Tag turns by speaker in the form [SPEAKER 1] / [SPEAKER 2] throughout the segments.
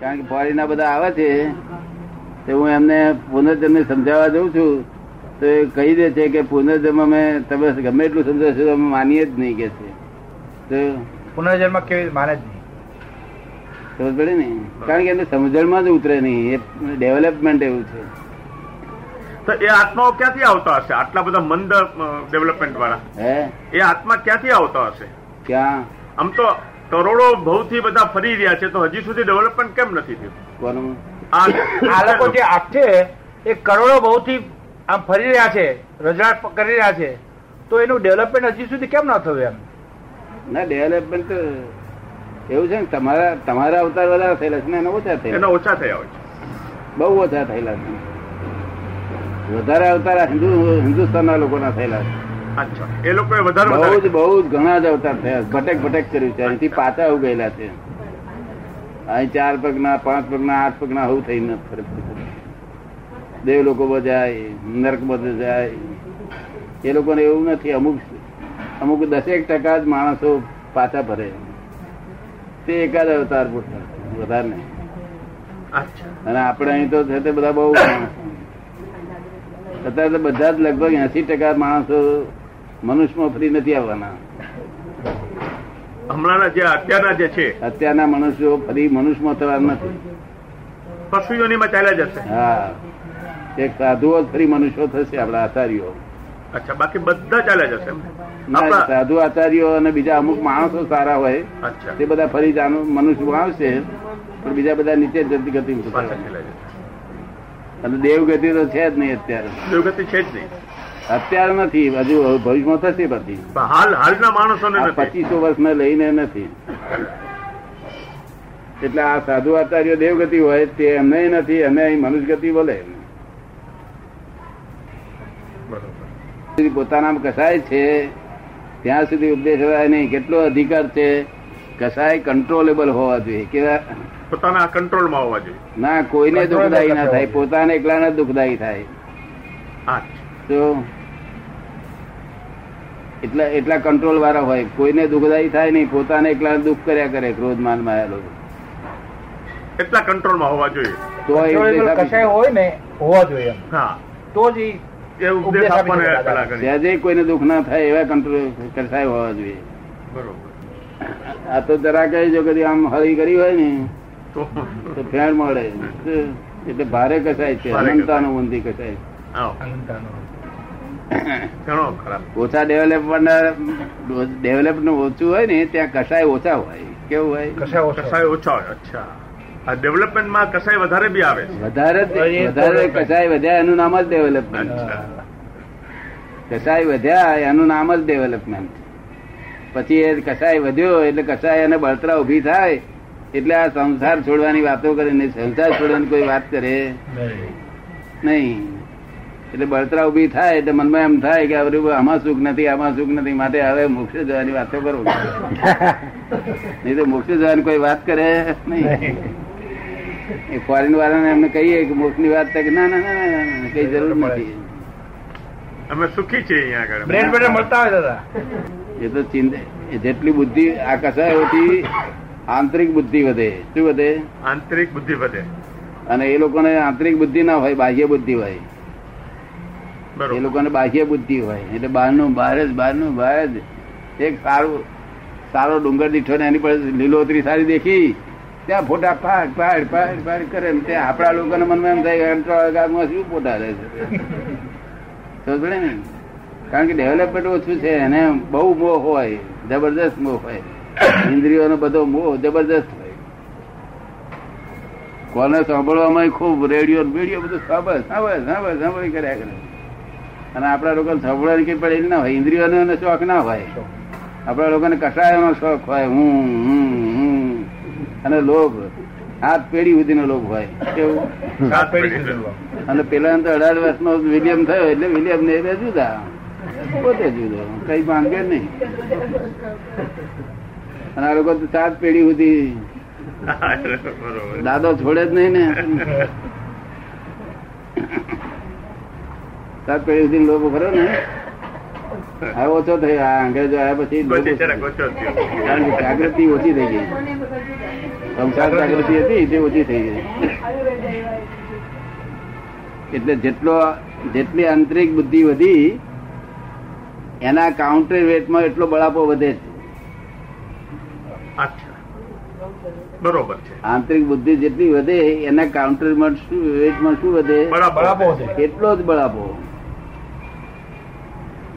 [SPEAKER 1] કારણ કે ફોરી ના બધા આવે છે તો હું એમને પુનર્જન્મ સમજાવવા જઉં છું તો એ કહી દે છે કે પુનર્જન્મ અમે તમે ગમે એટલું સમજાવશો તો અમે માનીએ જ નહીં કે છે તો
[SPEAKER 2] પુનર્જન્મ કેવી માને જ નહીં
[SPEAKER 1] ખબર પડી ને કારણ કે એમને સમજણમાં જ ઉતરે નહીં એ ડેવલપમેન્ટ એવું છે
[SPEAKER 3] તો એ આત્માઓ ક્યાંથી આવતા હશે આટલા બધા મંદ ડેવલપમેન્ટ વાળા
[SPEAKER 1] હે
[SPEAKER 3] એ આત્મા ક્યાંથી આવતા હશે
[SPEAKER 1] ક્યાં
[SPEAKER 3] આમ તો કરોડો ભવથી બધા ફરી રહ્યા છે તો હજી સુધી ડેવલપમેન્ટ કેમ નથી થયું
[SPEAKER 1] કોનું
[SPEAKER 3] આ
[SPEAKER 2] આ લોકો જે આપશે એ કરોડો બહુથી આમ ફરી રહ્યા છે રજડાટ કરી રહ્યા છે તો એનું ડેવલપમેન્ટ હજી સુધી કેમ ના થયું એમ
[SPEAKER 1] ના ડેવલપમેન્ટ તો એવું છે ને તમારા તમારા અવતાર વધારે થયેલા છે ને એના ઓછા થયેલા
[SPEAKER 3] એના ઓછા થયા હોય છે
[SPEAKER 1] બહુ ઓછા થયેલા છે વધારે અવતાર આ હિન્દુ હિન્દુસ્તાનના લોકોના થયેલા છે
[SPEAKER 3] અચ્છા એ લોકોએ વધારે
[SPEAKER 1] બહુ જ
[SPEAKER 3] વધારે
[SPEAKER 1] બહુ જ ઘણા જ અવતાર થયા છે. ભટક ભટક કર્યું છે અહીંથી પાછા આવું ગયેલા છે અહીં ચાર પગના પાંચ પગના આઠ પગના આવું થઈને ફરે ફરે. દેવ લોકો માં જાય નર્ક બધે જાય એ લોકોને એવું નથી અમુક અમુક દસેક ટકા જ માણસો પાછા ભરે તે એકાદ અવતાર પૂરતા વધારે નહીં
[SPEAKER 3] અચ્છા
[SPEAKER 1] અને આપણે અહીં તો છે તે બધા બહુ માણસો. અત્યારે તો બધા જ લગભગ એસી ટકા માણસો મનુષ્યમાં ફ્રી નથી આવવાના
[SPEAKER 3] હમણાંના જે અત્યારના જે છે
[SPEAKER 1] અત્યારના મનુષ્યો ફરી મનુષ્યમાં થવાના નથી
[SPEAKER 3] પશુ યોનિમાં ચાલ્યા જશે
[SPEAKER 1] હા એક સાધુઓ જ ફરી મનુષ્યો થશે આપણા આચાર્યો
[SPEAKER 3] અચ્છા બાકી બધા ચાલ્યા જશે એમ ને?
[SPEAKER 1] ના,
[SPEAKER 3] આપણા
[SPEAKER 1] સાધુ આચાર્યો અને બીજા અમુક માણસો સારા હોય
[SPEAKER 3] અચ્છા
[SPEAKER 1] તે બધા ફરી જાનું મનુષ્યમાં આવશે પણ બીજા બધા નીચે જતી ગતિ
[SPEAKER 3] પાછા ચાલ્યા જશે
[SPEAKER 1] અને દેવ ગતિ તો છે જ નહીં અત્યારે
[SPEAKER 3] દુર્ગતિ છે જ નહીં
[SPEAKER 1] અત્યારે નથી હજુ ભવિષ્યમાં થશે પછી
[SPEAKER 3] પણ હાલ હાલના માણસોને
[SPEAKER 1] આ
[SPEAKER 3] નથી
[SPEAKER 1] પચીસો વર્ષને લઈને નથી એટલે આ સાધુ આચાર્યો દેવગતિ હોય તે એમને નથી અને અહીં મનુષ્યગતિ બોલે
[SPEAKER 3] બરોબર
[SPEAKER 1] સુધી પોતાનામાં કસાય છે ત્યાં સુધી ઉપદેશ હોય નહીં કેટલો અધિકાર છે કસાય કંટ્રોલેબલ હોવા જોઈએ કેવા
[SPEAKER 3] પોતાના કંટ્રોલમાં હોવા જોઈએ
[SPEAKER 1] ના કોઈને દુઃખદાયી
[SPEAKER 2] Controllable
[SPEAKER 1] ના
[SPEAKER 2] હોવા
[SPEAKER 1] થાય
[SPEAKER 2] જોઈએ.
[SPEAKER 1] પોતાને એકલાને જ દુઃખદાયી થાય
[SPEAKER 3] અચ્છા
[SPEAKER 1] તો એટલા એટલા કંટ્રોલ વાળા હોય કોઈને દુઃખદાયી થાય નહીં પોતાને એકલા દુઃખ કર્યા કરે ક્રોધમાન માયા લોકો
[SPEAKER 3] એટલા કંટ્રોલમાં હોવા જોઈએ
[SPEAKER 1] તો એ ઉપદેશ આપી
[SPEAKER 2] કશાય હોય ને હોવા જોઈએ એમ
[SPEAKER 3] હા
[SPEAKER 2] તો જ ઈ
[SPEAKER 3] એ ઉપદેશ
[SPEAKER 2] ઉપદેશ
[SPEAKER 3] આપવાનો
[SPEAKER 2] આપી
[SPEAKER 3] પ્રયાસ
[SPEAKER 2] દેતા
[SPEAKER 3] પેલા કરીએ.
[SPEAKER 1] સહેજે કોઈને દુઃખ ના થાય એવા કંટ્રોલ કસાય હોવા જોઈએ
[SPEAKER 3] બરોબર
[SPEAKER 1] આ તો જરા કઈ જો કદી આમ હળી કરી હોય ને
[SPEAKER 3] તો
[SPEAKER 1] તો ફેણ મળે એટલે ભારે કસાય છે
[SPEAKER 3] ભારે કસાય.
[SPEAKER 1] અનંતાનું ઊંધી કસાય
[SPEAKER 3] આવો.
[SPEAKER 2] અનંતાનો.
[SPEAKER 3] ઘણો ખરાબ
[SPEAKER 1] ઓછા ડેવલપ ડેવલપ નું ઓછું હોય ને ત્યાં કસાય ઓછા હોય કેવું હોય
[SPEAKER 2] કશાય ઓછો.
[SPEAKER 3] કસાય ઓછા હોય અચ્છા આ ડેવલપમેન્ટમાં કસાય વધારે બી આવે છે
[SPEAKER 1] વધારે જ-
[SPEAKER 2] એ
[SPEAKER 1] વધારે
[SPEAKER 2] development.
[SPEAKER 1] કસાય વધ્યા એનું નામ જ ડેવલપમેન્ટ
[SPEAKER 3] અચ્છા.
[SPEAKER 1] કસાય વધ્યા એનું નામ જ ડેવલપમેન્ટ પછી એ કસાય વધ્યો એટલે કસાય અને બળતરા ઉભી થાય એટલે આ સંસાર છોડવાની વાતો કરે ને સંસાર છોડવાની કોઈ વાત કરે
[SPEAKER 2] નહીં.
[SPEAKER 1] નહીં એટલે બળતરા ઉભી થાય એટલે મનમાં એમ થાય કે હવે આમાં સુખ નથી આમાં સુખ નથી માટે હવે મોક્ષે જવાની વાતો કરો નહીં તો મોક્ષે જવાની કોઈ વાત કરે નહીં એ ફોરેન વાળાને એમને કહીએ કે મોક્ષની વાત થાય કે ના ના ના, ના ના, કઈ જરૂર નથી
[SPEAKER 3] અમે સુખી છીએ અહીંયા આગળ
[SPEAKER 2] બ્રેડ બ્રેડ મળતા હોય દાદા
[SPEAKER 1] એ તો ચિંત- એ જેટલી બુદ્ધિ આ કસાયોથી આંતરિક બુદ્ધિ વધે શું વધે
[SPEAKER 3] આંતરિક બુદ્ધિ વધે
[SPEAKER 1] અને એ લોકોને આંતરિક બુદ્ધિ ના હોય બાહ્ય બુદ્ધિ હોય એ
[SPEAKER 3] બરોબર
[SPEAKER 1] લોકોને બાહ્ય બુદ્ધિ હોય એટલે બહારનું બહાર જ બહારનું બહાર જ એક સારું સારો ડુંગર દીઠો ને એની પર લીલોતરી સારી દેખી ત્યાં ફોટા પાડ પાડ પાડ પાડ કરે ને ત્યાં આપણા લોકોને મનમાં એમ થાય અંતરાળમાં શું ફોટા રહે છે ખબર પડે ને કારણ કે ડેવલપમેન્ટ ઓછું છે એને બહુ મોહ હોય જબરદસ્ત મોહ હોય ઇન્દ્રિયોનો બધો મોહ જબરદસ્ત હોય કોને સાંભળવામાં ખૂબ રેડિયો વિડીયો બધું સાંભળ સાંભળ સાંભળ સાંભળી કર્યા કરે અને આપણા લોકોને સાંભળવાની કઈ પડેલી ના હોય ઇન્દ્રિયોનો એનો શોખ ના હોય આપણા લોકોને કસાયોનો શોખ હોય હું હું હું અને લોભ હાથ પેઢી સુધીનો લોભ હોય કેવું
[SPEAKER 2] સાત પેઢી સુધી.
[SPEAKER 1] અને પેલા તો અઢાર વર્ષનો વિલિયમ થયો એટલે વિલિયમ ને એ જુદા પોતે જુદો કઈ માંગે નહીં અને આ લોકો તો સાત પેઢી સુધી
[SPEAKER 3] બરોબર
[SPEAKER 1] દાદો છોડે જ નહીં ને સાત પેઢી સુધી લોકો ખરો ને આ ઓછો થયો આ અંગ્રેજો આવ્યા પછી
[SPEAKER 3] ગોચી જરાક
[SPEAKER 1] લોકો-
[SPEAKER 3] ઓછો થયો.
[SPEAKER 1] કારણ કે જાગૃતિ ઓછી થઈ ગઈ સંસાર જાગૃતિ હતી તે ઓછી થઈ ગઈ એટલે જેટલો જેટલી આંતરિક બુદ્ધિ વધી એના કાઉન્ટર વેટમાં એટલો બળાપો વધે છે
[SPEAKER 3] અચ્છા બરોબર છે
[SPEAKER 1] આંતરિક બુદ્ધિ જેટલી વધે એના કાઉન્ટરમાં શું વેટમાં શું વધે
[SPEAKER 3] બરાબર
[SPEAKER 2] બરાબર છે.
[SPEAKER 1] એટલો જ બળ આપો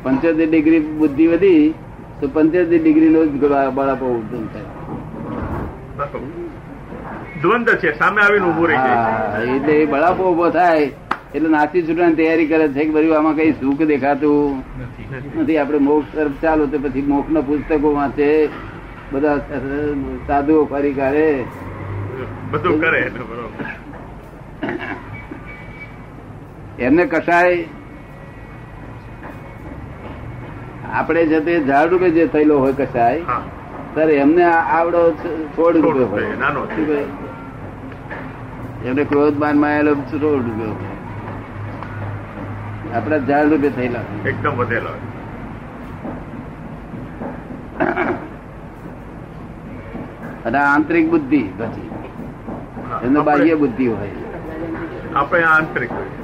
[SPEAKER 1] પંચોતેર ડિગ્રી બુદ્ધિ વધી તો પંચોતેર ડિગ્રી નો જ બળ આપો ઉત્પન્ન થાય
[SPEAKER 3] દ્વંદ છે સામે આવીને ઉભું રહી જાય
[SPEAKER 1] હા, એટલે એ બળાપો ઉભો થાય એટલે નાસી છૂટવાની તૈયારી કરે છે કે બધું આમાં કઈ સુખ દેખાતું નથી આપણે મોક્ષ તરફ ચાલો તો પછી મોક્ષ ના પુસ્તકો વાંચે બધા સાધુઓ ફરી કાઢે
[SPEAKER 3] બધું કરે એટલે બરોબર
[SPEAKER 1] એમને કસાય આપણે જે તે ઝાડ રૂપે જે થયેલો હોય કસાય
[SPEAKER 3] હા
[SPEAKER 1] સર એમને આ આવડો સોળ
[SPEAKER 3] સોળ
[SPEAKER 1] રૂપિયો
[SPEAKER 3] રૂપિયો,
[SPEAKER 1] હોય
[SPEAKER 3] નાનો છે.
[SPEAKER 1] શું કહે? એમને ક્રોધ માન માં આવેલો સોળ રૂપિયો હોય આપડા ઝાડ રૂપે થયેલા
[SPEAKER 3] એકદમ વધેલો
[SPEAKER 1] અને આ આંતરિક બુદ્ધિ પછી
[SPEAKER 3] હા,
[SPEAKER 1] એમને બાહ્ય
[SPEAKER 3] આપણે-
[SPEAKER 1] બુદ્ધિ હોય
[SPEAKER 3] આપણે આ આંતરિક હોય.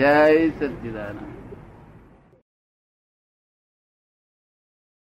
[SPEAKER 1] જય સચિદાનંદ